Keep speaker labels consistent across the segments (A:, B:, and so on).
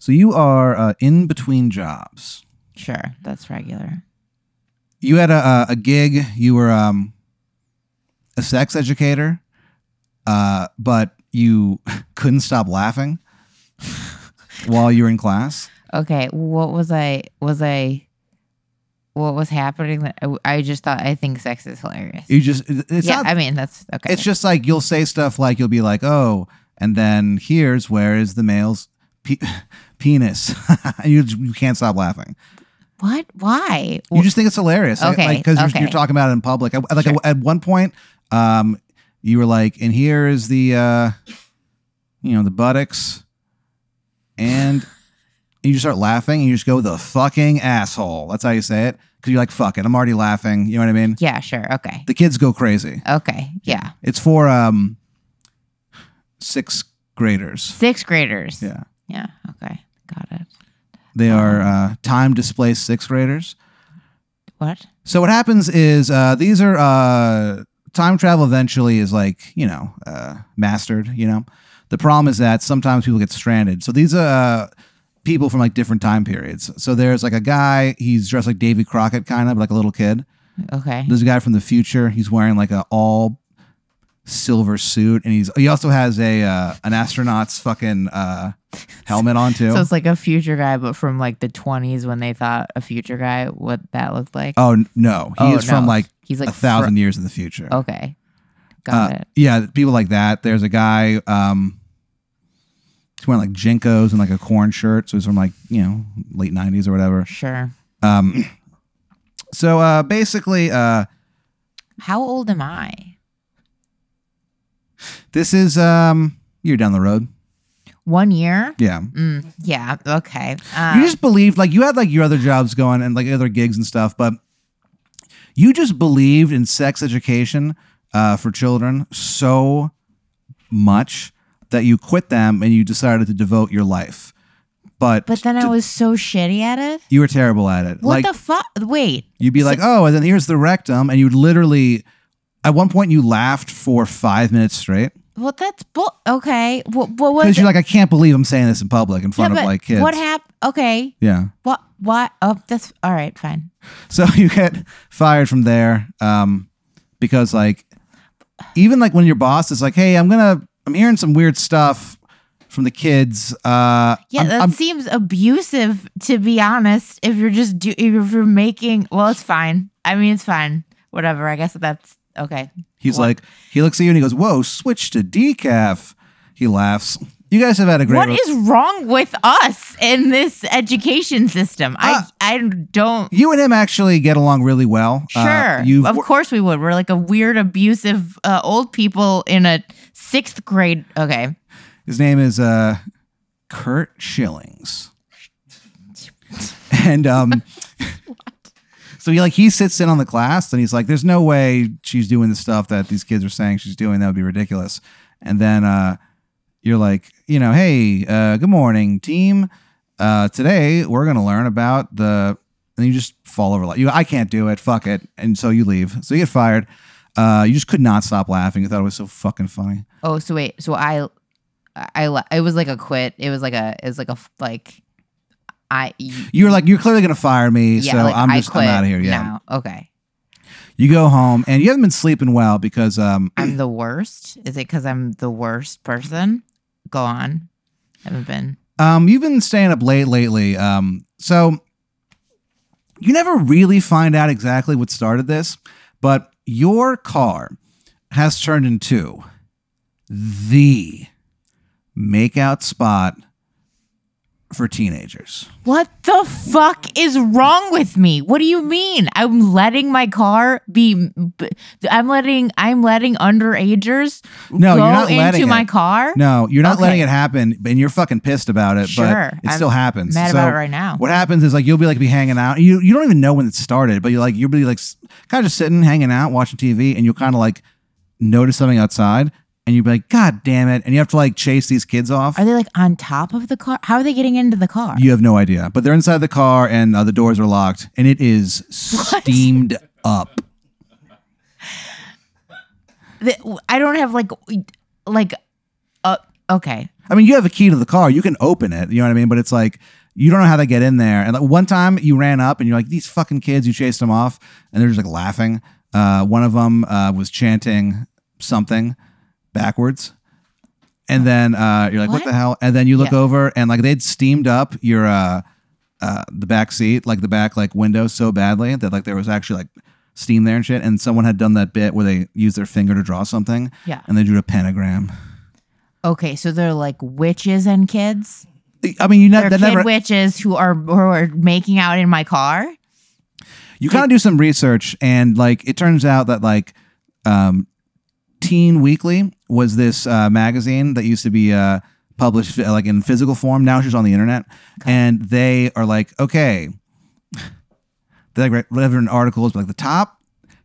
A: So you are uh, in between jobs.
B: Sure, that's regular.
A: You had a, a, a gig. You were um, a sex educator, uh, but you couldn't stop laughing while you were in class.
B: Okay, what was I? Was I? What was happening? That I- I just thought I think sex is hilarious.
A: You just it's
B: yeah,
A: not
B: I mean that's okay.
A: It's just like you'll say stuff like you'll be like, "Oh," and then here's where is the male's pe- penis. you just- you can't stop laughing.
B: what? Why?
A: You just think it's hilarious,
B: Okay,
A: because you're,
B: okay.
A: you're talking about it in public. I- Like
B: Sure.
A: at one point, um, you were like, "And here is the, uh, you know, the buttocks," and you just start laughing, and you just go, "The fucking asshole." That's how you say it because you're like, "Fuck it," I'm already laughing. You know what I mean?
B: yeah, sure. Okay.
A: The kids go crazy.
B: Okay. Yeah.
A: It's for um sixth graders.
B: Sixth graders.
A: Yeah.
B: Yeah. Okay. Got it.
A: They are uh, time displaced sixth graders.
B: What?
A: So what happens is uh, these are uh, time travel eventually is like, you know, uh, mastered, you know. The problem is that sometimes people get stranded. So these are uh, people from like different time periods. So there's like a guy, he's dressed like Davy Crockett kind of like a little kid.
B: Okay.
A: There's a guy from the future. He's wearing like a all silver suit, and he's he also has a uh, an astronaut's fucking uh, helmet on too.
B: So it's like a future guy, but from like the 20s when they thought a future guy, what that looked like.
A: oh n- no, he
B: Oh,
A: is from
B: no.
A: like,
B: he's
A: a thousand years in the future.
B: fr- okay. Got
A: Uh,
B: it.
A: Yeah, people like that. There's a guy. Um, he's wearing like jinkos and like a corn shirt, so he's from like you know late '90s or whatever.
B: Sure.
A: Um, so uh, basically, uh,
B: How old am I?
A: this is um, you're down the road.
B: One year?
A: Yeah.
B: Mm, yeah. Okay.
A: you
B: Uh,
A: just believed like you had like your other jobs going and like other gigs and stuff but you just believed in sex education uh, for children so much that you quit them and you decided to devote your life but,
B: but then I was so shitty at it.
A: you were terrible at it
B: What
A: like
B: the fuck? Wait.
A: you'd be like oh and then here's the rectum and you'd literally at one point you laughed for five minutes straight
B: Well, that's bull. Okay. What? What
A: because
B: was?
A: you're like i can't believe i'm saying this in public in
B: Yeah,
A: front
B: but
A: of like kids
B: What happened? Okay.
A: yeah
B: What? What? Oh, that's all right. Fine.
A: So you get fired from there um, because, like, even like when your boss is like, "Hey, I'm gonna, I'm hearing some weird stuff from the kids." Uh,
B: Yeah,
A: I'm-
B: that
A: I'm-
B: seems abusive to be honest. If you're just do, if you're making, well, it's fine. I mean, it's fine. Whatever. I guess that's okay.
A: he's like, he looks at you and he goes, "Whoa, switch to decaf." He laughs. You guys have had a great.
B: What
A: re-
B: is wrong with us in this education system?
A: Uh,
B: I I don't.
A: you and him actually get along really well. Uh,
B: Sure.
A: you've
B: of
A: wor-
B: course we would. We're like a weird, abusive uh, old people in a sixth grade. Okay.
A: his name is uh, Kurt Shillings, and um. So he like he sits in on the class and he's like, "There's no way she's doing the stuff that these kids are saying she's doing. That would be ridiculous." And then uh, you're like, you know, "Hey, uh, good morning, team. Uh, today we're gonna learn about the." And you just fall over like you. I can't do it. Fuck it. And so you leave. So you get fired. Uh, you just could not stop laughing. You thought it was so fucking funny.
B: Oh, so wait. So I, I le- it was like a quit. It was like a. It was like a f- like. I.
A: You were like, "You're clearly gonna fire me,
B: yeah,
A: so
B: like,
A: I'm
B: I
A: just
B: quit
A: I'm out of here." Yeah.
B: now. Okay.
A: You go home and you haven't been sleeping well because um,
B: I'm the worst. Is it because I'm the worst person? Go on. Haven't been.
A: Um, you've been staying up late lately. Um, so you never really find out exactly what started this, but your car has turned into the makeout spot for teenagers.
B: What the fuck is wrong with me? What do you mean? I'm letting my car be. b- I'm letting. I'm letting underagers
A: No,
B: go
A: you're not
B: into
A: letting
B: my
A: it.
B: car.
A: No, you're not
B: Okay.
A: letting it happen, and you're fucking pissed about it.
B: Sure,
A: but it
B: I'm
A: still happens.
B: mad
A: So
B: about it right now.
A: What happens is like you'll be like be hanging out. You you don't even know when it started, but you're like you'll be like kind of just sitting, hanging out, watching TV, and you'll kind of like notice something outside, and you'll be like, God damn it! And you have to like chase these kids off.
B: Are they like on top of the car? How are they getting into the car?
A: you have no idea, but they're inside the car, and uh, the doors are locked, and it is steamed up.
B: The- I don't have like like uh okay.
A: I mean, you have a key to the car. You can open it. You know what I mean? But it's like you don't know how they get in there. And like one time, you ran up and you're like, "These fucking kids!" You chased them off, and they're just like laughing. Uh, one of them uh, was chanting something backwards, and then uh, you're like, what?
B: What?
A: the hell?" And then you look
B: Yeah.
A: over, and like they'd steamed up your uh, uh, the back seat, like the back like window, so badly that like there was actually like steam there and shit. And someone had done that bit where they used their finger to draw something,
B: Yeah.
A: and they drew a pentagram.
B: Okay, so they're like witches and kids.
A: I mean, you ne-
B: They're
A: that
B: kid
A: never
B: witches who are who are making out in my car.
A: you kind of do some research, and like it turns out that like um, Teen Weekly was this uh, magazine that used to be uh, published uh, like in physical form. Now it's just on the internet, and they are like, okay, they like whatever an article is like the top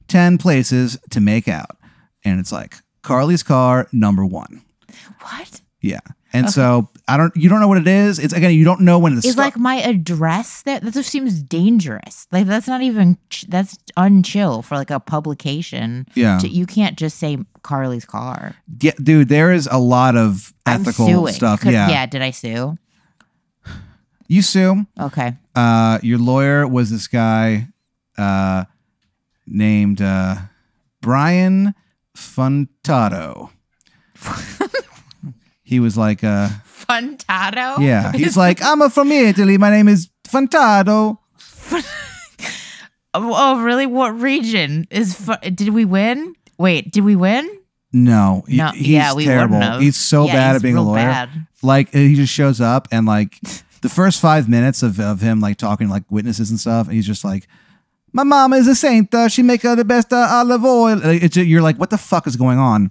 A: ten places to make out, and it's like Carly's car number one.
B: What?
A: Yeah. And so I don't you don't know what it is. It's again you don't know when it's
B: Is like my address that that just seems dangerous. Like that's not even ch- that's unchill for like a publication.
A: Yeah.
B: to- you can't just say Carly's car.
A: yeah, dude, there is a lot of ethical
B: I'm suing.
A: stuff.
B: Could-
A: yeah.
B: Did I sue?
A: You sue.
B: Okay.
A: Uh your lawyer was this guy uh named uh Brian Funtato. he was like uh
B: Funtato.
A: yeah, he's like I'm a from Italy. My name is Funtato.
B: Oh, oh, really? What region is? Fu- did we win? Wait, did we win?
A: No, he-
B: No.
A: he's
B: yeah, we
A: terrible.
B: wouldn't have.
A: He's so
B: Yeah,
A: bad
B: he's
A: at being a
B: real
A: lawyer.
B: bad.
A: like he just shows up and like the first five minutes of, of him like talking to, like witnesses and stuff and he's just like my mom is a saint uh, she make uh, the best uh, olive oil Like, it's, you're like what the fuck is going on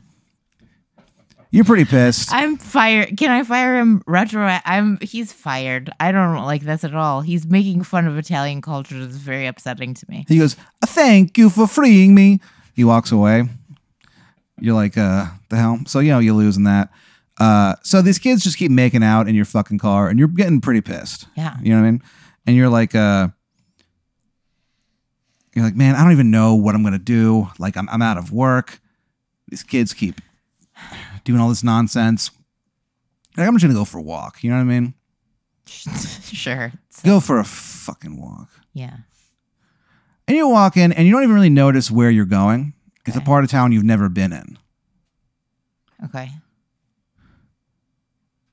A: you're pretty pissed
B: I'm fired. Can I fire him retro? I'm. He's fired. I don't like this at all. He's making fun of Italian culture. It's very upsetting to me.
A: he goes "Uh, thank you for freeing me he walks away you're like uh the hell so you know you lose in that uh so these kids just keep making out in your fucking car and you're getting pretty pissed
B: Yeah.
A: You know what I mean? And you're like, uh, you're like, man, I don't even know what I'm gonna do. Like, I'm I'm out of work. These kids keep doing all this nonsense. Like, I'm just gonna go for a walk. You know what I mean?
B: sure. So-
A: Go for a fucking walk.
B: yeah.
A: And you walk in, and you don't even really notice where you're going. It's a
B: Okay.
A: part of town you've never been in.
B: Okay.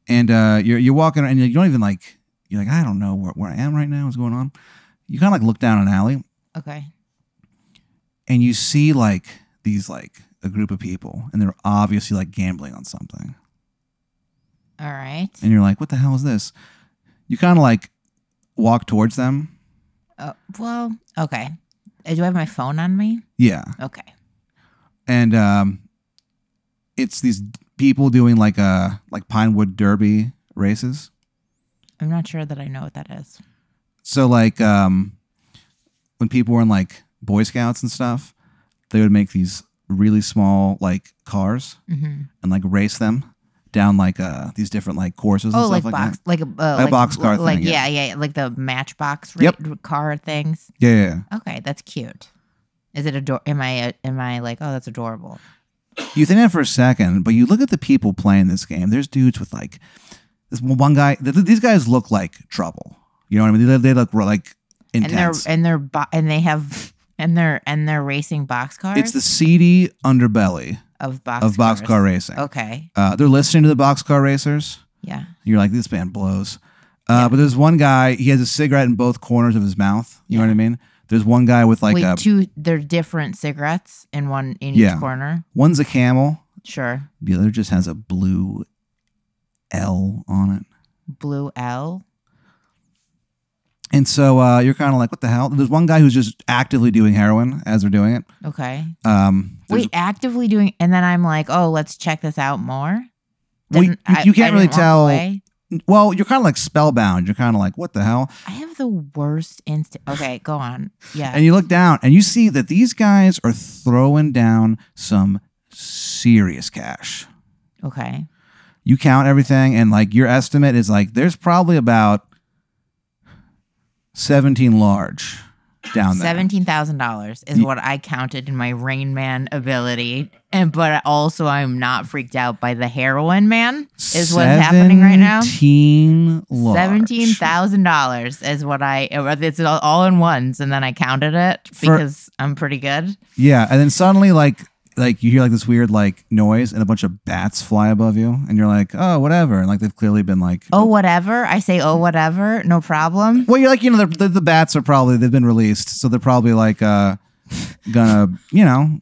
A: and uh, you're you're walking and you don't even like you're like I don't know where, where I am right now. What's going on? You kind of like look down an alley
B: Okay.
A: and you see like these like a group of people and they're obviously like gambling on something
B: All right.
A: and you're like what the hell is this? You kind of like walk towards them.
B: Uh, well. Okay. Uh, Do I have my phone on me?
A: Yeah,
B: Okay.
A: and um, it's these people doing like uh like Pinewood Derby races.
B: I'm not sure that I know what that is.
A: So like um when people were in like Boy Scouts and stuff, they would make these really small like cars
B: hmm
A: and like race them down like uh these different like courses and
B: Oh, like
A: stuff like,
B: box,
A: that.
B: like a, uh,
A: a box car
B: like
A: thing, yeah.
B: yeah. yeah, like the Matchbox
A: Yep.
B: ra- car things.
A: Yeah, yeah, yeah.
B: Okay, that's cute. Is it ador? Am I? uh, Am I like? Oh, that's adorable.
A: You think that for a second, but you look at the people playing this game. There's dudes with like this one guy. Th- th- these guys look like trouble. You know what I mean? They, they look re- like
B: And they're
A: intense.
B: and they're bo- and they have and they're and they're racing box cars.
A: It's the seedy underbelly
B: of box
A: of boxcar
B: cars.
A: racing.
B: Okay,
A: Uh, they're listening to the boxcar racers.
B: yeah,
A: You're like, this band blows. Uh, But there's one guy, he has a cigarette in both corners of his mouth. You know what I mean? There's one guy with like
B: wait,
A: a,
B: two they're different cigarettes in one in
A: Yeah.
B: each corner.
A: one's a camel,
B: Sure,
A: the other just has a blue L on it.
B: blue L.
A: And so uh, you're kind of like, what the hell? There's one guy who's just actively doing heroin as they're doing it.
B: Okay,
A: Um, there's-
B: wait, actively doing, and then I'm like, oh, let's check this out more.
A: Well,
B: Didn't-
A: you- you can't really
B: didn't walk
A: tell-
B: away.
A: Well, you're kind of like spellbound. You're kind of like, what the hell?
B: I have the worst instant. Okay, go on. Yeah.
A: And you look down and you see that these guys are throwing down some serious cash.
B: okay.
A: you count everything and like your estimate is like there's probably about 17 large down there.
B: Seventeen thousand dollars is
A: Ye-
B: what I counted in my Rain Man ability, and but also I'm not freaked out by the heroin man. Is what's happening right now.
A: Seventeen large.
B: Seventeen thousand dollars is what I. uh, It's all- all in ones, and then I counted it
A: For-
B: because I'm pretty good.
A: Yeah, and then suddenly like like you hear like this weird like noise and a bunch of bats fly above you and you're like, "Oh, whatever." And like they've clearly been like
B: Oh whatever, I say. Oh whatever, no problem.
A: Well, you're like, you know, the, the, the bats are probably they've been released, so they're probably like uh gonna, you know,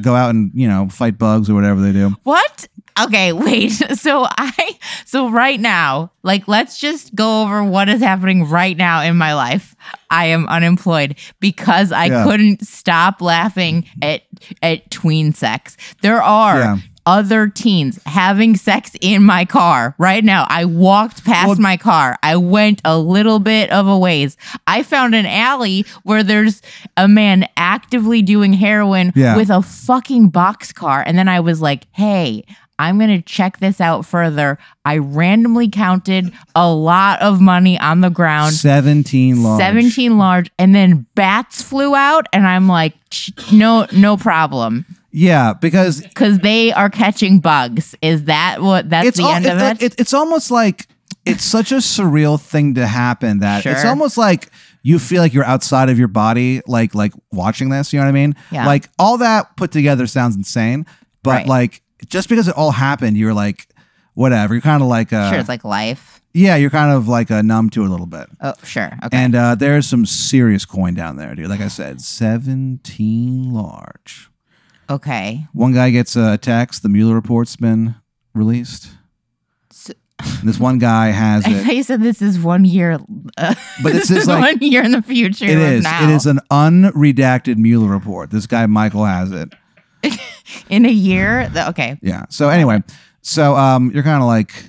A: go out and, you know, fight bugs or whatever they do.
B: What? Okay, wait. So I so right now, like let's just go over what is happening right now in my life. I am unemployed because I
A: Yeah.
B: couldn't stop laughing at at tween sex. There are
A: Yeah.
B: other teens having sex in my car right now. I walked past
A: Well-
B: my car. I went a little bit of a ways. I found an alley where there's a man actively doing heroin
A: Yeah.
B: with a fucking box car. And then I was like, hey, I'm going to check this out further. I randomly counted a lot of money on the ground.
A: 17 large.
B: 17 large and then bats flew out and I'm like "Ch- no no problem
A: Yeah, because
B: cuz they are catching bugs is that what that's
A: it's
B: the
A: al-
B: end
A: it-
B: of it,
A: it- it's almost like it's such a surreal thing to happen that it's
B: Sure.
A: almost like you feel like you're outside of your body like like watching this you know what i mean
B: Yeah.
A: like all that put together sounds insane but
B: Right.
A: like just because it all happened you're like whatever you're kind of like uh
B: sure it's like life
A: yeah you're kind of like uh, numb to it a little bit
B: oh sure okay
A: and uh there's some serious coin down there dude like i said 17 large
B: okay
A: one guy gets uh, attacks. The Mueller report's been released.
B: So-
A: And this one guy has
B: I
A: it,
B: thought you said this is one year, uh,
A: but this is like
B: one year in the future.
A: it
B: of
A: is.
B: now.
A: It is an unredacted Mueller report. This guy Michael has it.
B: in a year. The- okay,
A: Yeah. So anyway, so um, you're kind of like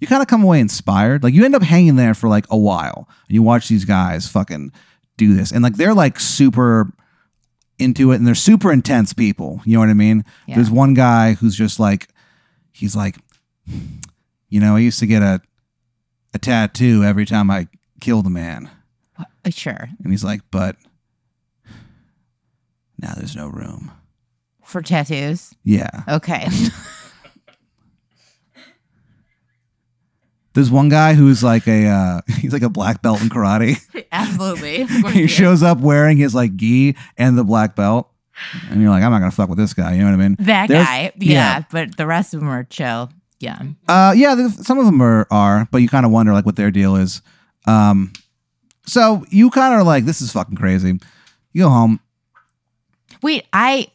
A: you kind of come away inspired. Like you end up hanging there for like a while. And you watch these guys fucking do this, and like they're like super into it, and they're super intense people. You know what I mean?
B: Yeah.
A: There's one guy who's just like, he's like, you know, I used to get a a tattoo every time I killed a man,
B: Uh, sure.
A: and he's like, but now there's no room.
B: For tattoos.
A: Yeah.
B: Okay.
A: There's one guy who's like a uh, he's like a black belt in karate.
B: Absolutely.
A: he shows up wearing his like gi and the black belt, and you're like, I'm not gonna fuck with this guy. You know what I mean?
B: that
A: There's-
B: guy. Yeah, Mm-hmm.
A: yeah.
B: But the rest of them are chill. Yeah.
A: Uh, yeah, th- some of them are, are but you kind of wonder like what their deal is. Um, so you kind of are like, this is fucking crazy. You go home,
B: Wait, I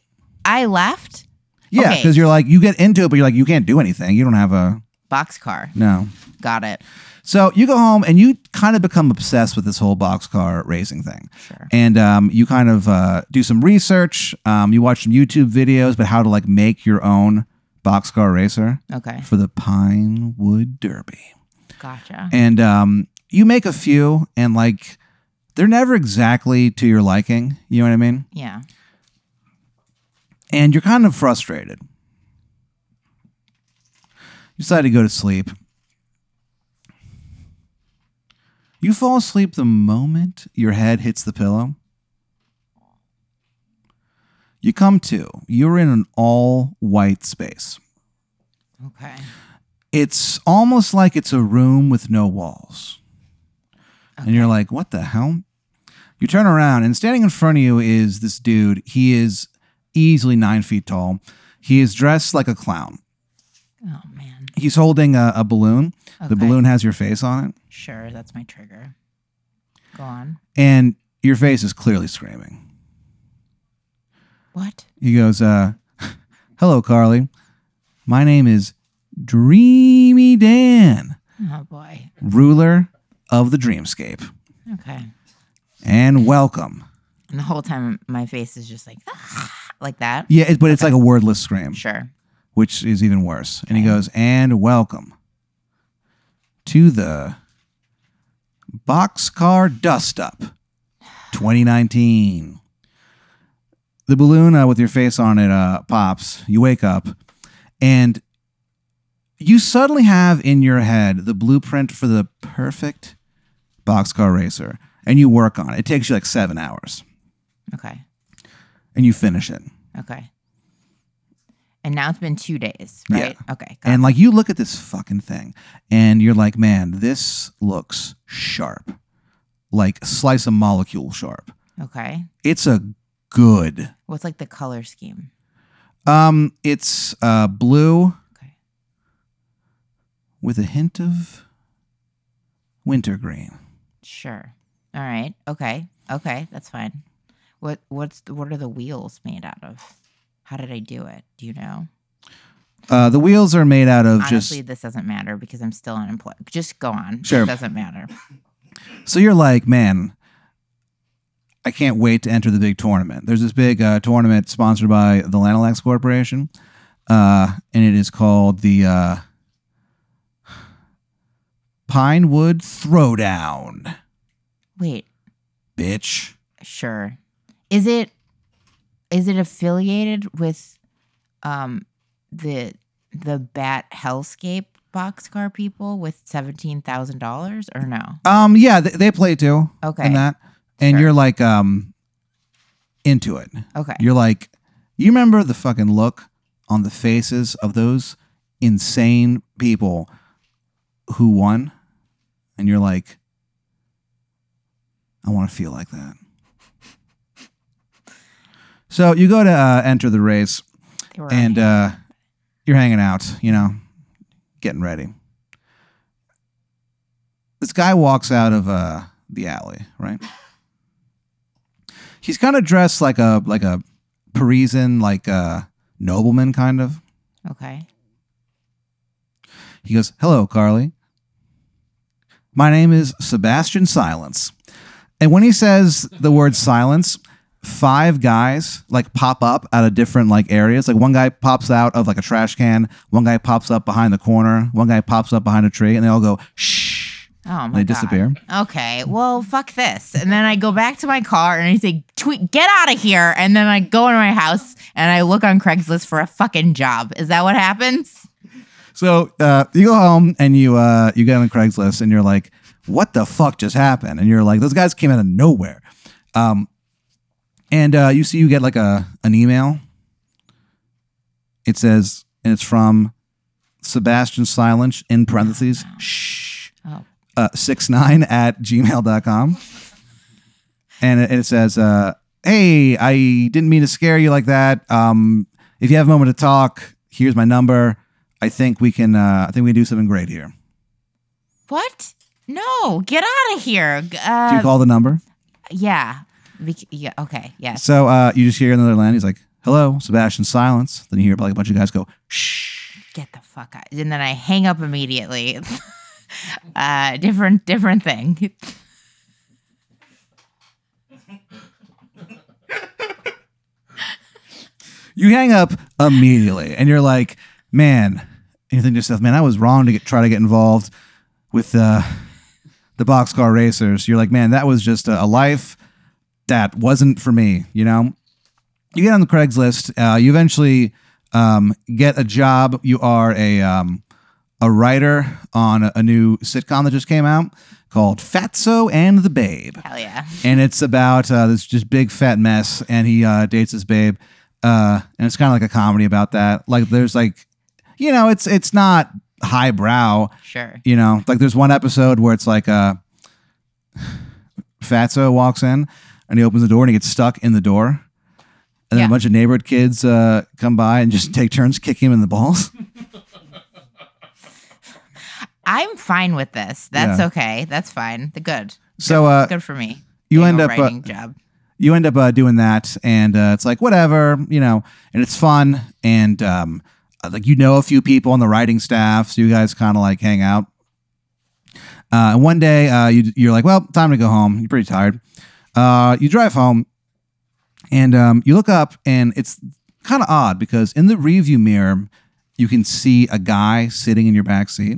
B: I left
A: yeah,
B: Okay.
A: because you're like, you get into it, but you're like, you can't do anything. You don't have a
B: boxcar.
A: no.
B: Got it.
A: So you go home and you kind of become obsessed with this whole boxcar racing thing.
B: Sure.
A: and um, you kind of uh, do some research. Um, you watch some YouTube videos about how to like make your own boxcar racer
B: Okay.
A: for the Pinewood Derby,
B: Gotcha.
A: and um, you make a few, and like they're never exactly to your liking. You know what I mean?
B: yeah.
A: And you're kind of frustrated. You decide to go to sleep. You fall asleep the moment your head hits the pillow. You come to, you're in an all white space.
B: Okay.
A: It's almost like it's a room with no walls. And you're like, what the hell? You turn around, and standing in front of you is this dude. He is easily nine feet tall. He is dressed like a clown.
B: Oh man.
A: He's holding a, a balloon.
B: Okay.
A: The balloon has your face on it,
B: Sure. That's my trigger. Go on.
A: and your face is clearly screaming.
B: What?
A: He goes, uh, Hello, Carly. My name is Dreamy Dan,
B: Oh boy.
A: ruler of the dreamscape,
B: Okay.
A: and welcome.
B: And the whole time my face is just like "Ah," like that.
A: Yeah, it, but it's like a wordless scream.
B: Sure.
A: which is even worse. And he
B: Okay.
A: goes, and welcome to the Boxcar Dust Up 2019. The balloon uh, with your face on it uh, pops. You wake up and you suddenly have in your head the blueprint for the perfect boxcar racer. and you work on it. It takes you like seven hours
B: Okay.
A: and you finish it.
B: Okay. And now it's been two days, right? Okay. got
A: And like you look at this fucking thing and you're like, man, this looks sharp. Like slice of molecule sharp.
B: it. okay.
A: It's a good.
B: What's like the color scheme?
A: Um, it's uh blue
B: Okay.
A: with a hint of wintergreen.
B: Sure. All right. Okay. Okay. That's fine. What what's the, what are the wheels made out of? How did I do it? Do you know?
A: Uh the wheels are made out of
B: Honestly,
A: just
B: this doesn't matter because I'm still unemployed. Just go on.
A: Sure.
B: It doesn't matter.
A: So you're like, man, I can't wait to enter the big tournament. There's this big uh, tournament sponsored by the Lanalax Corporation, uh, and it is called the uh, Pinewood Throwdown,
B: Wait.
A: bitch.
B: Sure. Is it is it affiliated with um the the Bat Hellscape boxcar people with seventeen thousand dollars or no?
A: Um, yeah, they, they play too
B: Okay.
A: in that, and
B: Sure.
A: you're like, um, into it.
B: okay.
A: You're like, you remember the fucking look on the faces of those insane people who won? And you're like, I want to feel like that. So you go to uh, enter the race
B: They were
A: and
B: on hand.
A: uh, you're hanging out, you know, getting ready. This guy walks out of uh, the alley, right? He's kind of dressed like a like a Parisian, like a nobleman, kind of.
B: okay.
A: He goes, "Hello, Carly. My name is Sebastian Silence." And when he says the word silence, five guys like pop up out of different like areas. Like one guy pops out of like a trash can, one guy pops up behind the corner, one guy pops up behind a tree, and they all go shh.
B: Oh my
A: And they
B: god.
A: disappear.
B: Okay. Well, fuck this. And then I go back to my car and I say, "Tweet, get out of here!" And then I go into my house and I look on Craigslist for a fucking job. Is that what happens?
A: So uh, you go home and you uh, you get on Craigslist and you're like, "What the fuck just happened?" And you're like, "Those guys came out of nowhere." Um, and uh, you see, you get like a an email. It says, and it's from Sebastian Silence in parentheses shh
B: Oh.
A: uh, six nine at gmail.com. and it, and it says, uh, "Hey, I didn't mean to scare you like that. Um, if you have a moment to talk, here's my number. I think we can. Uh, I think we can do something great here.
B: What? No, get out of here. G-
A: Do you
B: Uh,
A: call the number?
B: yeah. Bec- yeah. Okay. Yes.
A: So uh, you just hear another line. He's like, "Hello, Sebastian." Silence. Then you hear like a bunch of guys go, "Shh."
B: Get the fuck out. And then I hang up immediately. uh, different, different thing.
A: You hang up immediately, and you're like, "Man," and you think to yourself, "Man, I was wrong to get, try to get involved with uh, the boxcar racers." You're like, "Man, that was just a, a life that wasn't for me," you know. You get on the Craigslist. Uh, you eventually um, get a job. You are a um, a writer on a, a new sitcom that just came out called Fatso and the Babe
B: Hell yeah.
A: and it's about uh, this just big fat mess, and he uh, dates his babe, uh, and it's kind of like a comedy about that. Like there's like, you know, it's it's not highbrow,
B: Sure.
A: you know. Like there's one episode where it's like uh, Fatso walks in, and he opens the door, and he gets stuck in the door, and then
B: Yeah.
A: a bunch of neighborhood kids uh, come by and just take turns kicking him in the balls.
B: I'm fine with this. That's
A: Yeah.
B: okay. That's fine. The good.
A: So uh,
B: Good for me.
A: you end
B: Being a
A: up. Uh,
B: writing job.
A: you end up uh, doing that and uh, it's like whatever you know and it's fun and um, uh, like you know a few people on the writing staff so you guys kind of like hang out uh, and one day uh, you, you're like well time to go home you're pretty tired uh, you drive home and um, you look up and it's kind of odd because in the rearview mirror you can see a guy sitting in your back seat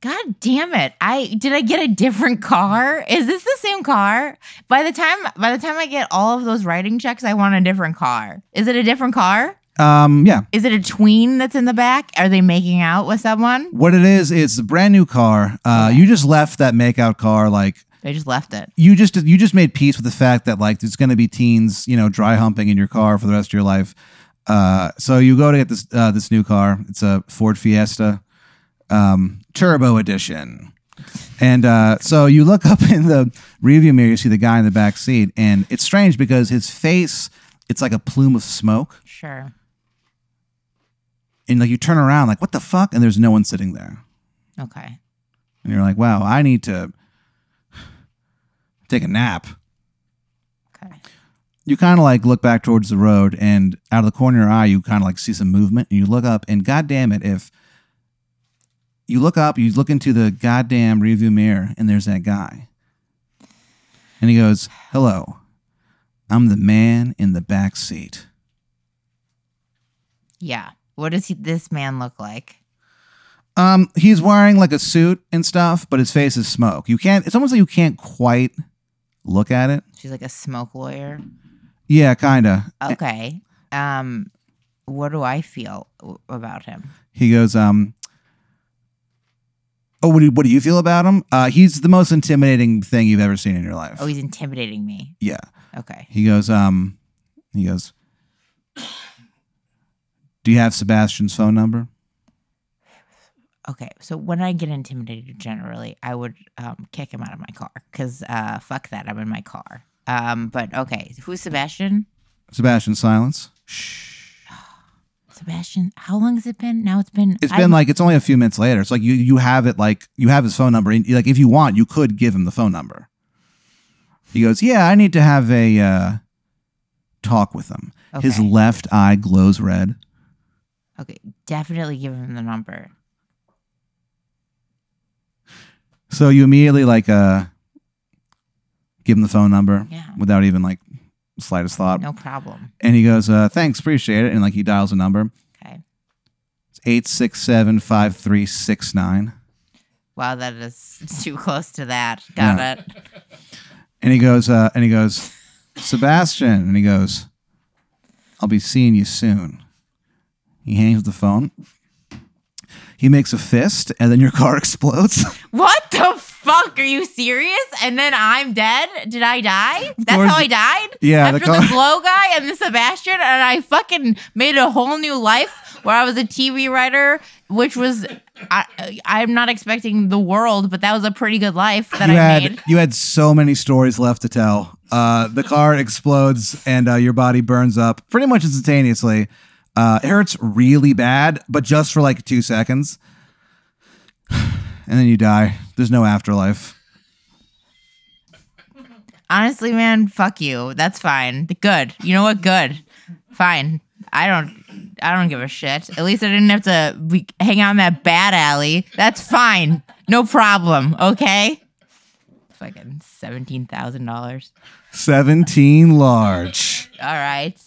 B: God damn it. I did I get a different car? Is this the same car? By the time by the time I get all of those writing checks, I want a different car. Is it a different car?
A: um, yeah
B: Is it a tween that's in the back? Are they making out with someone?
A: What it is, it's a brand new car. Uh, You just left that makeout car like
B: They just left it.
A: you just you just made peace with the fact that like there's going to be teens you know dry humping in your car for the rest of your life uh, so you go to get this uh, this new car it's a ford fiesta um, turbo edition and uh, so you look up in the rearview mirror you see the guy in the back seat and it's strange because his face it's like a plume of smoke
B: Sure.
A: and like you turn around like what the fuck and there's no one sitting there
B: Okay.
A: and you're like wow i need to take a nap
B: Okay.
A: you kind of like look back towards the road and out of the corner of your eye you kind of like see some movement and you look up and goddamn it if you look up you look into the goddamn rearview mirror and there's that guy and he goes hello i'm the man in the back seat
B: Yeah. What does he, this man look like?
A: um he's wearing like a suit and stuff but his face is smoke you can't it's almost like you can't quite look at it
B: She's like a smoke lawyer.
A: yeah kinda
B: Okay. Um, what do I feel w- about him?
A: He goes, um, "Oh, what do you, what do you feel about him? Uh, he's the most intimidating thing you've ever seen in your life."
B: Oh, he's intimidating me.
A: yeah.
B: Okay.
A: He goes, um, he goes, "Do you have Sebastian's phone number?"
B: Okay. So when I get intimidated, generally, I would um, kick him out of my car because uh, fuck that. I'm in my car. Um, but okay. Who's Sebastian?
A: Sebastian silence.
B: Sebastian, how long has it been? Now it's been.
A: It's
B: I'm-
A: been like it's only a few minutes later. It's like you you have it like you have his phone number. And, like if you want, you could give him the phone number. He goes, "Yeah, I need to have a uh, talk with him." His
B: Okay.
A: left eye glows red.
B: Okay. Definitely give him the number.
A: So you immediately like uh give him the phone number
B: Yeah.
A: without even like slightest thought.
B: No problem.
A: And he goes, uh, thanks, appreciate it. And like he dials a number.
B: Okay.
A: It's eight six seven five three six nine.
B: Wow, that is too close to that. Got
A: Yeah.
B: it.
A: And he goes, uh, and he goes, Sebastian. And he goes, I'll be seeing you soon. He hangs up the phone. He makes a fist, and then your car explodes.
B: What the fuck? Are you serious? And then I'm dead? Did I die? That's
A: course.
B: how I died?
A: Yeah, the
B: After the,
A: car-
B: glow guy and the Sebastian, and I fucking made a whole new life where I was a TV writer, which was, I, I'm not expecting the world, but that was a pretty good life that
A: you
B: I
A: had
B: made.
A: you had so many stories left to tell. Uh, the car explodes and uh, your body burns up pretty much instantaneously. Uh, it hurts really bad, but just for like two seconds, and then you die. There's no afterlife.
B: Honestly, man, fuck you. That's fine. Good. You know what? Good. Fine. I don't. I don't give a shit. At least I didn't have to be, hang out in that bad alley. That's fine. No problem. Okay. Fucking seventeen thousand dollars.
A: Seventeen large.
B: All right.